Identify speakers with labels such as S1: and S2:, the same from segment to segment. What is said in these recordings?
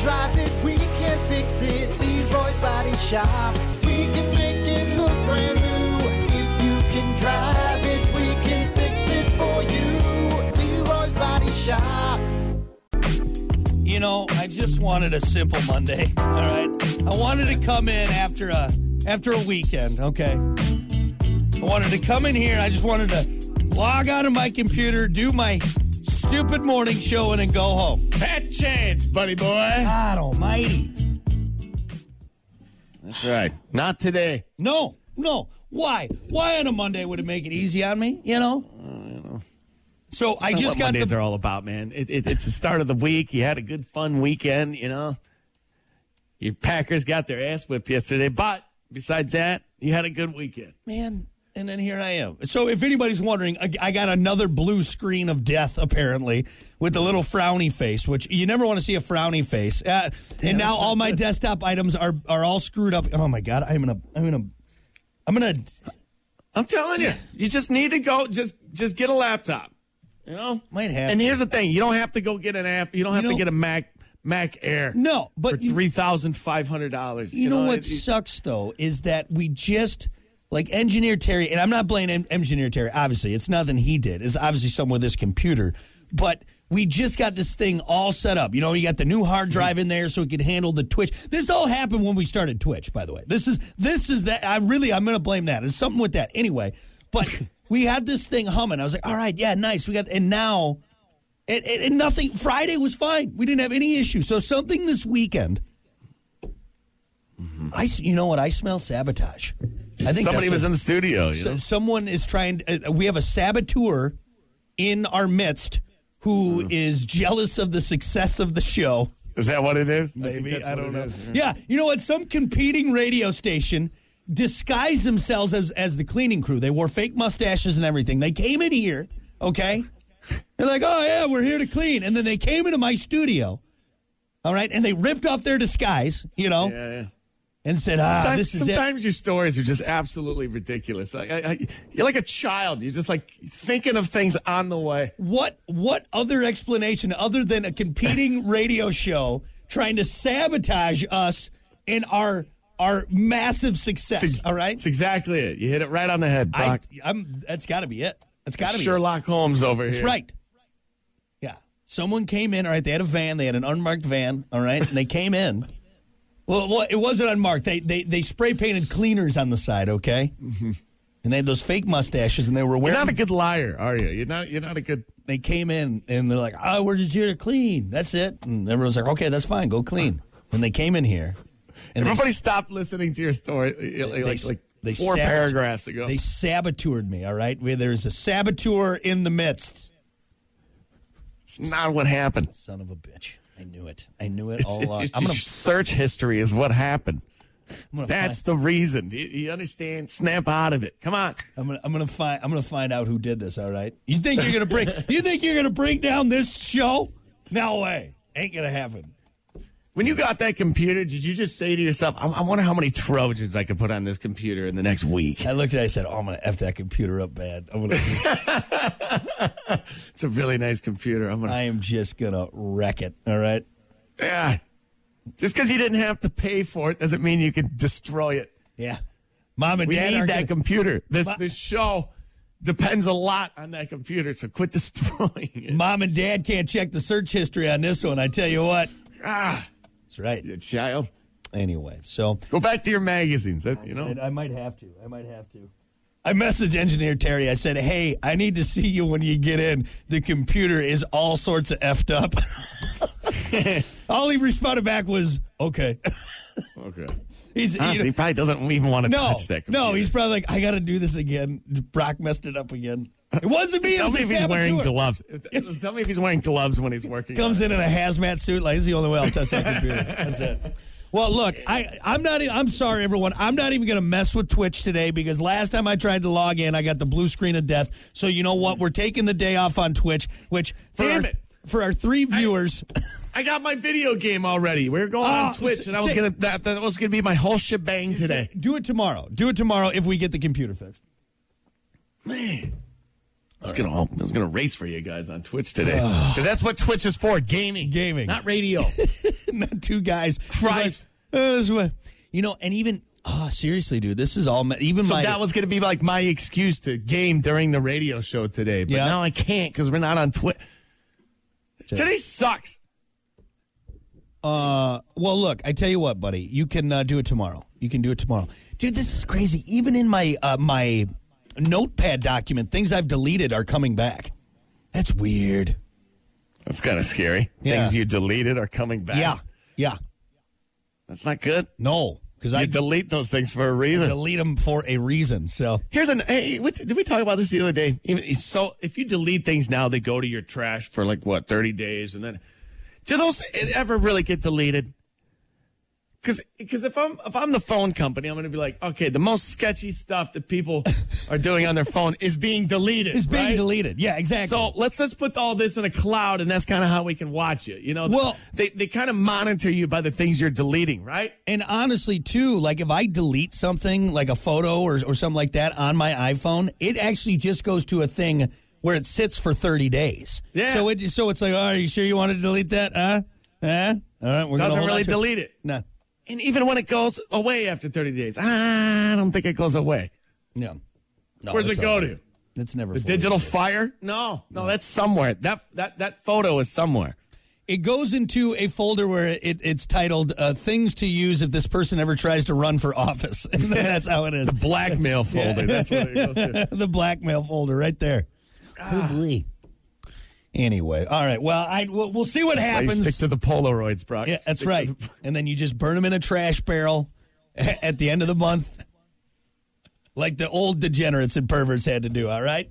S1: drive it, we can fix it. Leroy's Body Shop. We can make it look brand new. If you can drive it, we can fix it for you. Leroy's Body Shop.
S2: You know, I just wanted a simple Monday. All right, I wanted to come in after a after a weekend. Okay, I wanted to come in here. I just wanted to log out of my computer, do my stupid morning show, and then go home.
S3: Fat chance, buddy boy.
S2: God Almighty!
S3: That's right. Not today.
S2: No, no. Why? Why on a Monday would it make it easy on me? You know. So I
S3: That's
S2: just
S3: what
S2: got
S3: Mondays
S2: the
S3: are all about, man. It, it, it's the start of the week. You had a good, fun weekend. You know, your Packers got their ass whipped yesterday, but besides that, you had a good weekend.
S2: man. And then here I am. So, if anybody's wondering, I, I got another blue screen of death, apparently, with the little frowny face, which you never want to see a frowny face. Uh, and now all my desktop items are are all screwed up. Oh my god, I'm gonna, I'm gonna, I'm gonna.
S3: I'm telling you, you just need to go. Just just get a laptop. You know,
S2: Might have
S3: And
S2: to.
S3: here's the thing: you don't have to go get an app. You don't have
S2: You
S3: to
S2: know-
S3: get a Mac Mac Air.
S2: No,
S3: for
S2: but you-
S3: three thousand five hundred dollars.
S2: You know what
S3: it- it-
S2: sucks though is that we just like engineer Terry, and I'm not blaming en- engineer Terry. Obviously, it's nothing he did. It's obviously someone with this computer, but we just got this thing all set up. You know, you got the new hard drive in there so it could handle the Twitch. This all happened when we started Twitch, by the way. This is this is that. I really I'm going to blame that. It's something with that anyway. But we had this thing humming. I was like, all right, yeah, nice. We got and now. It, it, and nothing. Friday was fine. We didn't have any issue. So something this weekend I, s- you know what? I smell sabotage. I think
S3: Mm-hmm. Somebody
S2: that's
S3: was
S2: what-
S3: in the studio. You
S2: so-
S3: know?
S2: someone is trying. Uh, we have a saboteur in our midst who is
S3: Mm-hmm.
S2: jealous of the success of the show.
S3: Is that what it is?
S2: Maybe
S3: think that's
S2: I,
S3: what
S2: don't
S3: it
S2: know.
S3: is.
S2: Yeah, you know what? Some competing radio station disguised themselves as as the cleaning crew. They wore fake mustaches and everything. They came in here, okay? They're like, "Oh yeah, we're here to clean," and then they came into my studio. All right, and they ripped off their disguise, you know,
S3: Yeah, yeah.
S2: and said, "Ah,
S3: Sometimes,
S2: this is it."
S3: sometimes your stories are just absolutely ridiculous. I, I, I, you're like a child. You're just like thinking of things on the way.
S2: What what other explanation other than a competing radio show trying to sabotage us in our our massive success?
S3: It's ex-
S2: all right,
S3: It's exactly it. You hit it right on the head,
S2: I,
S3: Doc.
S2: I'm. That's got to be it. That's got to be it.
S3: Sherlock Holmes over here.
S2: That's right. Yeah, someone came in. All right, they had a van. They had an unmarked van. All right, and they came in. Well, well, it wasn't unmarked. They they they spray painted cleaners on the side. Okay, and they had those fake mustaches, and they were
S3: Mm-hmm. You're
S2: wearing
S3: not a good liar, are you? You're not. You're not a good.
S2: they came in and they're like, "Oh, we're just here to clean. That's it." And everyone's like, "Okay, that's fine. Go clean." And they came in here, and they-
S3: Everybody stopped listening to your story. uh, Like, like, like
S2: they
S3: four
S2: sabot-
S3: paragraphs ago.
S2: They saboteured me. All right, Where there's a saboteur in the midst.
S3: it's not what happened.
S2: Son of a bitch! I knew it. I knew it
S3: It's,
S2: all
S3: it's-
S2: along.
S3: it's
S2: I'm
S3: just
S2: gonna.
S3: your search history is what happened.
S2: I'm gonna
S3: That's
S2: find,
S3: the reason. You, you understand? Snap out of it. Come on.
S2: I'm gonna. I'm gonna find. I'm gonna find out who did this. All right. You think you're gonna bring? you think you're gonna bring down this show? No way. Ain't gonna happen.
S3: When you got that computer, did you just say to yourself, I, I wonder how many Trojans I could put on this computer in the next week?
S2: I looked at. it, I said, "Oh, I'm gonna f that computer up bad. I'm gonna.
S3: It's a really nice computer. I'm going to.
S2: I am just gonna wreck it. All right." Uh,
S3: Yeah. Just because you didn't have to pay for it doesn't mean you can destroy it.
S2: Yeah. Mom and
S3: We
S2: dad
S3: need
S2: aren't
S3: that
S2: gonna-
S3: computer. This,
S2: Ma-
S3: this show depends a lot on that computer, so quit destroying it.
S2: Mom and dad can't check the search history on this one. I tell you what.
S3: ah,
S2: That's right.
S3: you child.
S2: Anyway, so
S3: Go back to your magazines. That, you know,
S2: I might have to. I might have to. I messaged engineer Terry. I said, "Hey, I need to see you when you get in. The computer is all sorts of effed up." all he responded back was, "Okay."
S3: okay.
S2: He's you
S3: Honestly,
S2: know-
S3: he probably doesn't even want to
S2: no,
S3: touch Ah, that computer.
S2: no. He's probably like, "I got to do this again." Brock messed it up again. It wasn't me. it
S3: Tell
S2: was
S3: me
S2: the
S3: if he's wearing
S2: saboteur.
S3: gloves. Tell me if he's wearing gloves when he's working. on
S2: comes in in a hazmat suit. Like, this is the only way I'll touch that computer. That's it. Well, look, I, I'm not. e- I'm sorry, everyone. I'm not even going to mess with Twitch today because last time I tried to log in, I got the blue screen of death. So you know what? We're taking the day off on Twitch, which for
S3: Damn
S2: our,
S3: it.
S2: for our three viewers,
S3: I got my video game already. We are going
S2: Oh,
S3: on Twitch, and I was
S2: sick.
S3: gonna that, that was gonna be my whole shebang today.
S2: do it tomorrow. Do it tomorrow if we get the computer fixed.
S3: Man, I was gonna I was gonna race for you guys on Twitch today because that's what Twitch is for gaming,
S2: Ah. Gaming.
S3: not radio.
S2: and then two guys.
S3: Christ.
S2: Like, "Uh, this way." You know, and even oh, seriously, dude, this is all ma- even
S3: So
S2: my
S3: that was going to be like my excuse to game during the radio show today, but
S2: Yeah.
S3: now I can't because we're not on Twitter. Today sucks.
S2: Well, look, I tell you what, buddy, you can uh, do it tomorrow. You can do it tomorrow, dude. This is crazy. Even in my uh, my notepad document, things I've deleted are coming back. That's weird.
S3: That's kind of scary.
S2: Yeah.
S3: Things you deleted are coming back.
S2: Yeah, yeah.
S3: that's not good.
S2: No, because
S3: You
S2: I
S3: delete those things for a reason.
S2: delete them for a reason. So
S3: Here's an hey, what, did we talk about this the other day? Even- So if you delete things now, they go to your trash for like what thirty days, and then do those ever really get deleted? Because if I'm if I'm the phone company, I'm going to be like, okay, the most sketchy stuff that people are doing on their phone is being deleted.
S2: it's being
S3: right?
S2: deleted. Yeah, exactly.
S3: So let's just put all this in a cloud, and that's kind of how we can watch it. You know,
S2: Well-
S3: they they kind of monitor you by the things you're deleting, right?
S2: And honestly, too, like if I delete something, like a photo or, or something like that on my iPhone, it actually just goes to a thing where it sits for 30 days.
S3: Yeah.
S2: So it so it's like, oh, are you sure you want to delete that? Huh? Huh? All right, we're
S3: Doesn't
S2: gonna
S3: really delete it.
S2: No,
S3: And even when it goes away after 30 days, I don't think it goes away.
S2: no. No,
S3: Where's
S2: it's
S3: it go
S2: all-
S3: to?
S2: It's never fully-
S3: Digital fire? No, no, that's somewhere. That that that photo is somewhere.
S2: It goes into a folder where it, it's titled uh, "Things to Use If This Person Ever Tries to Run for Office." And that's how it is.
S3: Blackmail folder. That's what it goes to.
S2: the blackmail folder right there.
S3: Ah.
S2: Oh, boy. Anyway, all right. Well, I we'll, we'll see what
S3: Why you Stick
S2: happens.
S3: to the Polaroids, Brock.
S2: yeah, that's
S3: Stick to
S2: right.
S3: the-
S2: And then you just burn them in a trash barrel a- at the end of the month, like the old degenerates and perverts had to do. All right.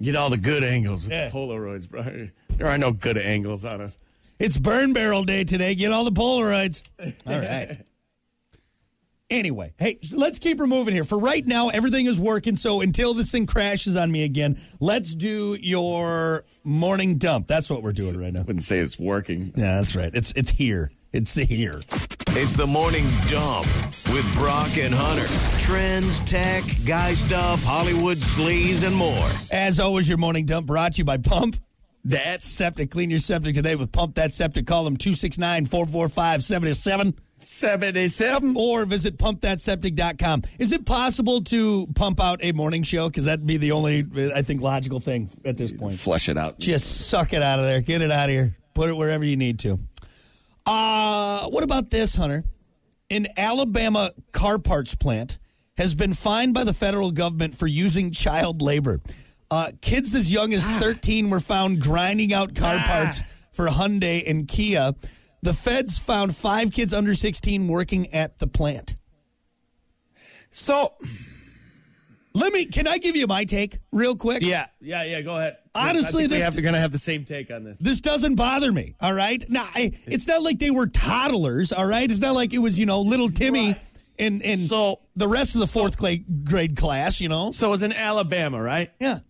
S3: Get all the good angles with
S2: Yeah.
S3: the Polaroids, Brock. There are no good angles on us.
S2: It's burn barrel day today. Get all the Polaroids. All right. Anyway, hey, let's keep her moving here. For right now, everything is working. So until this thing crashes on me again, let's do your morning dump. That's what we're doing right now.
S3: Wouldn't say it's working.
S2: Yeah, that's right. It's it's here. It's here.
S4: It's the morning dump with Brock and Hunter. Trends, tech, guy stuff, Hollywood sleaze, and more.
S2: As always, your morning dump brought to you by Pump That Septic. Clean your septic today with Pump That Septic. Call them 269 445 77
S3: 77.
S2: or visit pumpthatseptic.com. Is it possible to pump out a morning show? Because that'd be the only, I think, logical thing at this point.
S3: Flush it out.
S2: Just suck it out of there. Get it out of here. Put it wherever you need to. Uh, what about this, Hunter? An Alabama car parts plant has been fined by the federal government for using child labor. Uh, kids as young as 13 were found grinding out car parts for Hyundai and Kia. The feds found five kids under 16 working at the plant.
S3: So,
S2: Let me, can I give you my take real quick?
S3: yeah, yeah, yeah, go ahead.
S2: Honestly,
S3: I think we
S2: this-
S3: have, we're going to have the same take on this.
S2: This doesn't bother me, all right? Now, I, it's not like they were toddlers, all right? It's not like it was, you know, little Timmy
S3: Right.
S2: and, and
S3: So-
S2: the rest of the fourth cla- grade class, you know?
S3: So, it's in Alabama, right?
S2: Yeah.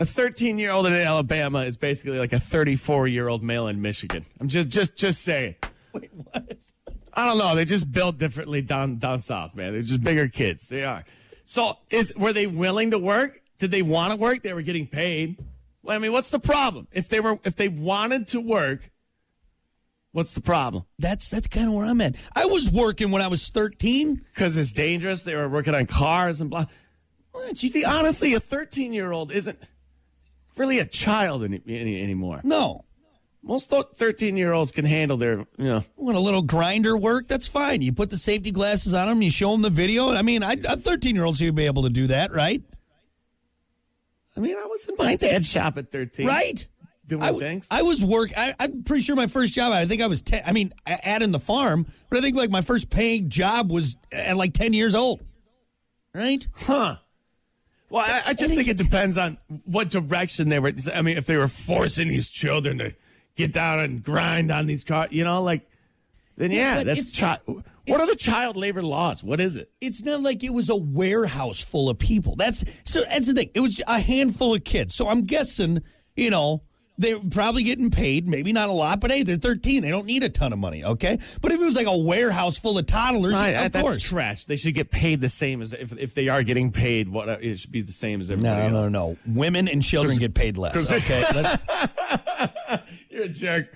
S3: a 13 year old in Alabama is basically like a 34 year old male in Michigan. I'm just just just saying.
S2: Wait, what?
S3: I don't know. They just built differently down down south, man. They're just bigger kids. They are. So is were they willing to work? Did they want to work? They were getting paid. Well, I mean, what's the problem? If they were if they wanted to work, what's the problem?
S2: That's that's kind of where I'm at. I was working when I was 13.
S3: Because it's dangerous. They were working on cars and blah.
S2: What,
S3: You
S2: you-
S3: see, honestly, a 13 year old isn't really a child any, any, anymore.
S2: no.
S3: Most 13 year olds can handle their, you know,
S2: Want a little grinder work? That's fine. You put the safety glasses on them, you show them the video. I mean, I, a 13 year old should be able to do that, right?
S3: I mean, I was in my dad's shop at 13.
S2: Right?
S3: Doing
S2: I, w-
S3: things.
S2: I was work. I, I'm pretty sure my first job. I think I was. Ten, I mean, a- at in the farm, but I think like my first paying job was at like ten years old. Right?
S3: huh. Well, I, I just think it depends on what direction they were. I mean, if they were forcing these children to get down and grind on these cars, you know, like, then
S2: Yeah,
S3: yeah,
S2: but
S3: that's
S2: it's-
S3: child. What are the child labor laws? What is it?
S2: It's not like it was a warehouse full of people. That's so. That's the thing. It was a handful of kids. So I'm guessing, you know, they're probably getting paid. Maybe not a lot, but hey, they're 13. They don't need a ton of money. Okay. But if it was like a warehouse full of toddlers,
S3: I- I-
S2: of
S3: uh, that's
S2: course.
S3: trash. They should get paid the same as if, if they are getting paid. What uh, it should be the same as everybody.
S2: no,
S3: else.
S2: no, no. Women and children get paid less. Okay. Let's-
S3: You're a jerk.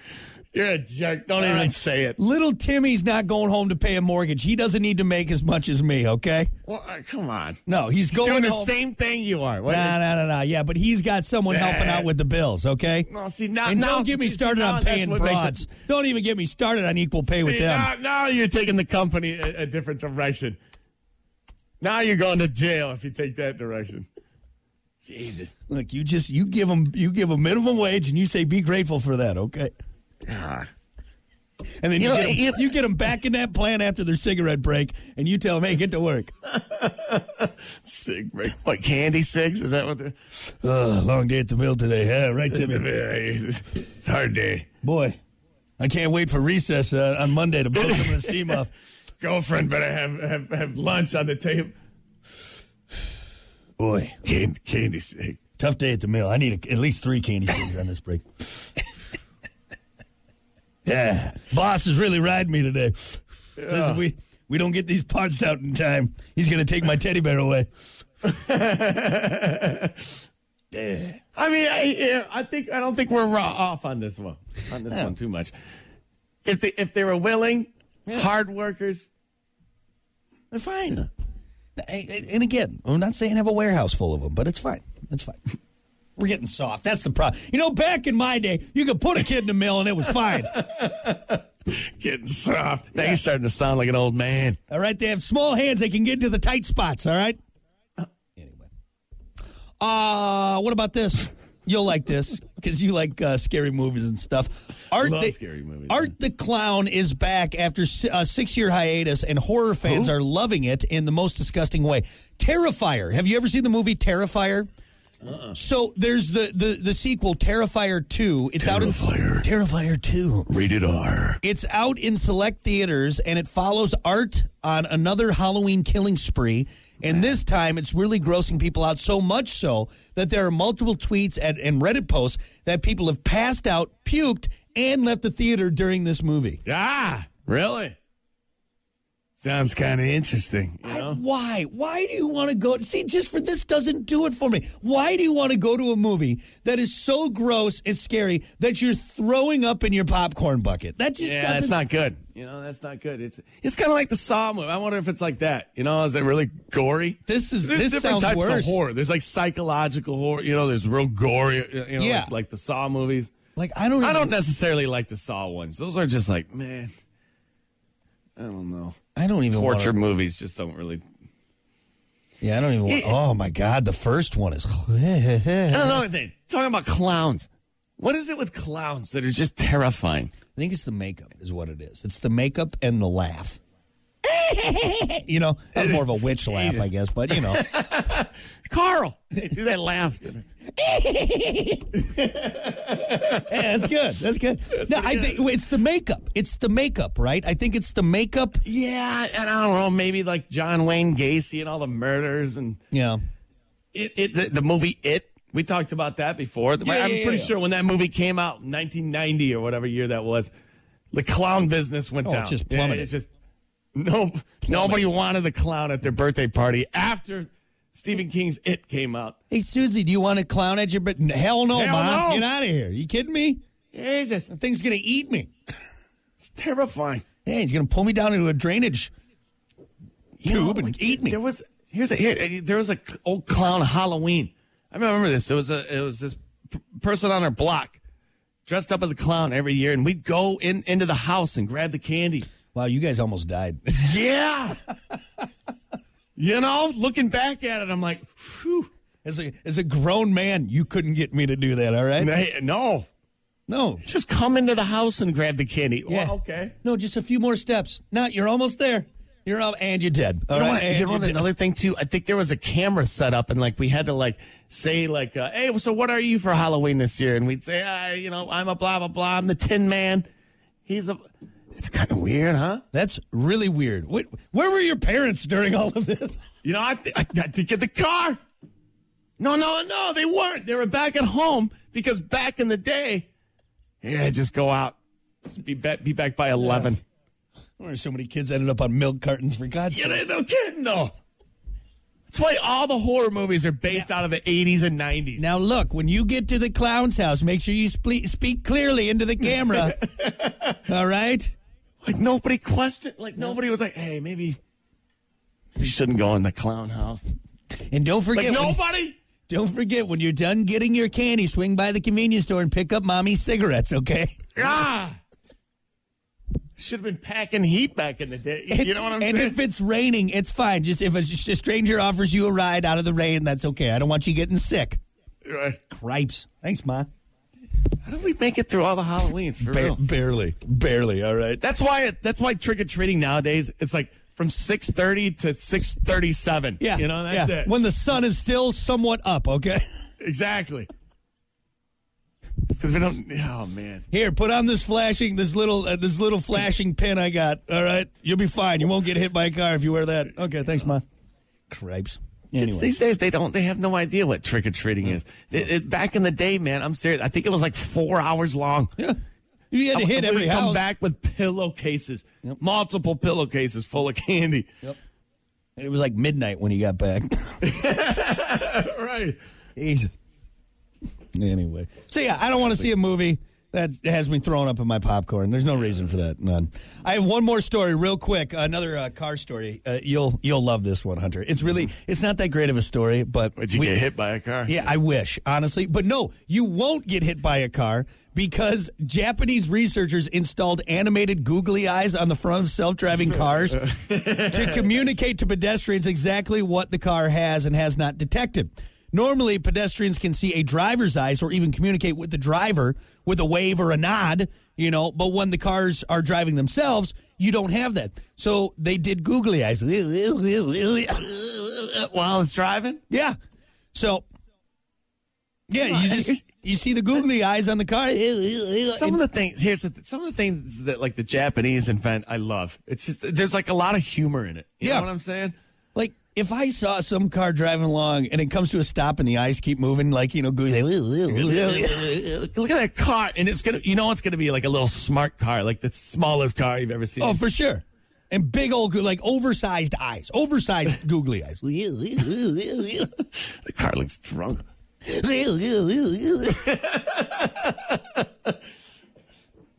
S3: You're a jerk. Don't even say it.
S2: Little Timmy's not going home to pay a mortgage. He doesn't need to make as much as me, okay?
S3: Well, uh, come on.
S2: No, he's going
S3: Doing the
S2: home.
S3: same thing you are. What-
S2: No, no, no, no. Yeah, but he's got someone helping out with the bills, okay?
S3: No, see, now-
S2: and
S3: now-
S2: don't get me
S3: see,
S2: started
S3: now
S2: on
S3: that's
S2: paying
S3: what makes it-
S2: broads. Don't even get me started on equal pay with
S3: See,
S2: them.
S3: Now, now you're taking the company a, a different direction. Now you're going to jail if you take that direction. Jesus.
S2: Look, you just you give them you give a minimum wage, and you say be grateful for that, okay?
S3: God.
S2: And then you,
S3: You know,
S2: get 'em
S3: you-
S2: you get them back in that plant after their cigarette break, and you tell them, hey, get to work.
S3: Sig, break. What, candy six? Is that what they're.
S2: Ugh, long day at the mill today. Yeah, right, Timmy.
S3: It's a hard day.
S2: Boy, I can't wait for recess uh, on Monday to blow some of the steam off.
S3: Girlfriend better have, have, have lunch on the table.
S2: Boy,
S3: Candy, candy six.
S2: tough day at the mill. I need a, at least three candy canes on this break. Yeah, boss is really riding me today. Says if we we don't get these parts out in time, he's gonna take my teddy bear away. Yeah.
S3: I mean, I, yeah, I think I don't think we're raw off on this one. On this one too much. If they if they were willing, hard workers.
S2: They're fine. A- a- And again, I'm not saying have a warehouse full of them, but it's fine. It's fine. We're getting soft. That's the problem. You know, back in my day, you could put a kid in the mill and it was fine.
S3: Getting soft. Now you're starting to sound like an old man.
S2: All right, they have small hands; they can get into the tight spots. All right. Anyway, uh, what about this? You'll like this because you like uh, scary movies and stuff. Art
S3: Love
S2: the,
S3: scary movies,
S2: Art the clown is back after si- a six-year hiatus, and horror fans are loving it in the most disgusting way. Terrifier. Have you ever seen the movie Terrifier?
S3: Uh-uh.
S2: So there's the, the the sequel Terrifier 2. It's out in
S4: Terrifier.
S2: Terrifier 2.
S4: Rated R.
S2: It's out in select theaters and it follows Art on another Halloween killing spree. And this time it's really grossing people out so much so that there are multiple tweets and, and Reddit posts that people have passed out, puked, and left the theater during this movie.
S3: Ah, really? Sounds kind of interesting. You
S2: I-
S3: know?
S2: why? Why do you want to go? See, just for this doesn't do it for me. Why do you want to go to a movie that is so gross and scary that you're throwing up in your popcorn bucket? That just
S3: yeah,
S2: doesn't
S3: that's not good. You know, that's not good. It's it's kind of like the Saw movie. I wonder if it's like that. You know, is it really gory?
S2: This is
S3: There's
S2: this
S3: different
S2: sounds
S3: types
S2: worse.
S3: of horror. There's like psychological horror. You know, there's real gory. uh, You know,
S2: Yeah.
S3: like, like the Saw movies.
S2: Like I don't.
S3: I
S2: even-
S3: don't necessarily like the Saw ones. Those are just like, man, I don't know.
S2: I don't even want
S3: Torture movies just don't really.
S2: Yeah, I don't even want.
S3: It-
S2: Oh my God, the first one is.
S3: I
S2: I
S3: don't know anything. Talking about clowns. What is it with clowns that are just terrifying?
S2: think it's the makeup, is what it is. It's the makeup and the laugh. you know, that's more of a witch laugh, I guess, but you know.
S3: Carl, they do that laugh.
S2: Yeah, that's good. That's good. No, I think it's the makeup. It's the makeup, right? I think it's the makeup.
S3: Yeah, and I don't know. Maybe like John Wayne Gacy and all the murders and
S2: Yeah.
S3: it. it the, the movie It. We talked about that before.
S2: Yeah,
S3: I'm
S2: yeah,
S3: pretty
S2: yeah.
S3: sure when that movie came out, in 1990 or whatever year that was, the clown business went
S2: Oh, it
S3: down.
S2: just
S3: Yeah,
S2: plummeted.
S3: It's just no, nobody wanted the clown at their birthday party after Stephen King's It came out.
S2: Hey, Susie, do you want a clown at your. But hell no,
S3: Hell
S2: mom.
S3: no.
S2: Get out of here. You kidding me?
S3: Jesus,
S2: That thing's going to eat me.
S3: it's terrifying.
S2: Yeah, he's going to pull me down into a drainage
S3: You know,
S2: tube and
S3: like,
S2: eat me.
S3: There was here's a here, there was a c- old clown Halloween. I remember this. It was a it was this p- person on our block dressed up as a clown every year, and we'd go in into the house and grab the candy.
S2: Wow, you guys almost died.
S3: Yeah. you know, looking back at it, I'm like, whew.
S2: As a, as a grown man, you couldn't get me to do that, all right?
S3: Hey, no.
S2: No.
S3: Just come into the house and grab the candy.
S2: Yeah.
S3: Well, okay.
S2: No, just a few more steps. No, you're almost there. You're up and you're dead. All
S3: You know
S2: right,
S3: what-
S2: and
S3: you know
S2: you're
S3: what,
S2: dead.
S3: another thing too. I think there was a camera set up, and like we had to like say like, uh, "Hey, so what are you for Halloween this year?" And we'd say, "I, you know, I'm a blah blah blah. I'm the Tin Man. He's a." It's kind of weird, huh?
S2: That's really weird. Wait, where were your parents during all of this?
S3: You know, I, th- I had to get the car. No, no, no, they weren't. They were back at home because back in the day, yeah, just go out, just be back, be back by eleven.
S2: Where so many kids ended up on milk cartons for God's
S3: You
S2: sake.
S3: know, no kidding, though. That's why all the horror movies are based out of the 80s and 90s.
S2: Now, look, when you get to the clown's house, make sure you spe- speak clearly into the camera. All right?
S3: Like nobody questioned. Like nobody was like, "Hey, maybe, maybe you shouldn't go in the clown house."
S2: And don't
S3: Like
S2: forget, when,
S3: nobody.
S2: don't forget when you're done getting your candy, swing by the convenience store and pick up mommy's cigarettes, okay?
S3: Ah. Should have been packing heat back in the day. You, you know what I'm
S2: and
S3: saying?
S2: if it's raining, it's fine. Just if a, just a stranger offers you a ride out of the rain, that's okay. I don't want you getting sick.
S3: Right.
S2: Cripes. Thanks, Ma.
S3: How do we make it through all the Halloweens? For real?
S2: barely. Barely. All right.
S3: That's why. It, that's why trick or treating nowadays. It's like from 6:30 to 6:37.
S2: Yeah.
S3: You know that's
S2: yeah.
S3: it.
S2: When the sun is still somewhat up, okay?
S3: exactly. Because we don't. Oh man.
S2: Here, put on this flashing, this little, uh, this little flashing pin I got. All right, you'll be fine. You won't get hit by a car if you wear that. Okay, thanks, ma. Cripes.
S3: Kids
S2: Anyway,
S3: These days, they don't. They have no idea what trick or treating is. It, it, back in the day, man, I'm serious. I think it was like four hours long.
S2: yeah, you had to
S3: I-
S2: hit
S3: I
S2: every
S3: would come
S2: house.
S3: back with pillowcases, multiple pillowcases full of candy.
S2: And it was like midnight when he got back.
S3: Right.
S2: Jesus. Anyway, so yeah, I don't want to see a movie that has me throwing up in my popcorn. There's no reason for that. None. I have one more story, real quick. Another uh, car story. Uh, you'll you'll love this one, Hunter. It's really it's not that great of a story, but
S3: But you
S2: we-
S3: get hit by a car.
S2: Yeah, I wish, honestly. But no, you won't get hit by a car because Japanese researchers installed animated googly eyes on the front of self driving cars to communicate to pedestrians exactly what the car has and has not detected. Normally, pedestrians can see a driver's eyes or even communicate with the driver with a wave or a nod, you know, but when the cars are driving themselves, you don't have that. So they did googly eyes.
S3: While it's driving.
S2: Yeah. So, yeah, you
S3: on,
S2: just
S3: it's-
S2: you see the googly eyes on the car.
S3: Some of the things here's the, th- some of the things that like the Japanese invent. I love. It's just there's like a lot of humor in it. You
S2: Yeah.
S3: know what I'm saying?
S2: like if I saw some car driving along and it comes to a stop and the eyes keep moving, like you know, googly.
S3: Look at that car, and it's gonna. You know, it's gonna be like a little smart car, like the smallest car you've ever seen.
S2: Oh, for sure. And big old goo- like oversized eyes, oversized googly eyes.
S3: the car looks drunk.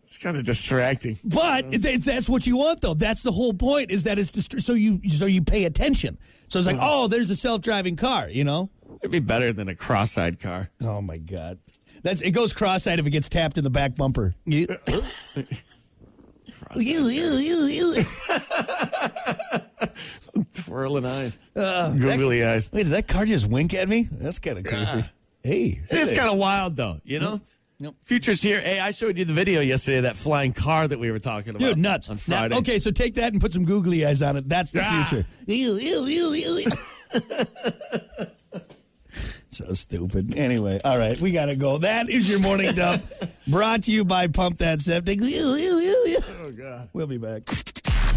S3: It's kind of distracting.
S2: But th- that's what you want, though. That's the whole point. Is that it's dist- so you so you pay attention. So it's like, oh, there's a self driving car. You know.
S3: It'd be better than a cross-eyed car.
S2: Oh my god. That's it goes cross-eyed if it gets tapped in the back bumper. You- You- you- you- you.
S3: Twirling eyes, googly eyes.
S2: Wait, did Uh, that car just wink at me? That's kind of creepy. Hey.
S3: It's kind of wild, though. You know.
S2: Nope.
S3: Future's here. Hey, I showed you the video yesterday of that flying car that we were talking about.
S2: Dude, nuts.
S3: On
S2: Now-
S3: Friday.
S2: okay, so take that and put some googly eyes on it. That's the
S3: Ah.
S2: future. You- you- you- you- you. so stupid. Anyway, all right, we got to go. That is your morning dump brought to you by Pump That Septic. You- you- you- you. We'll be back.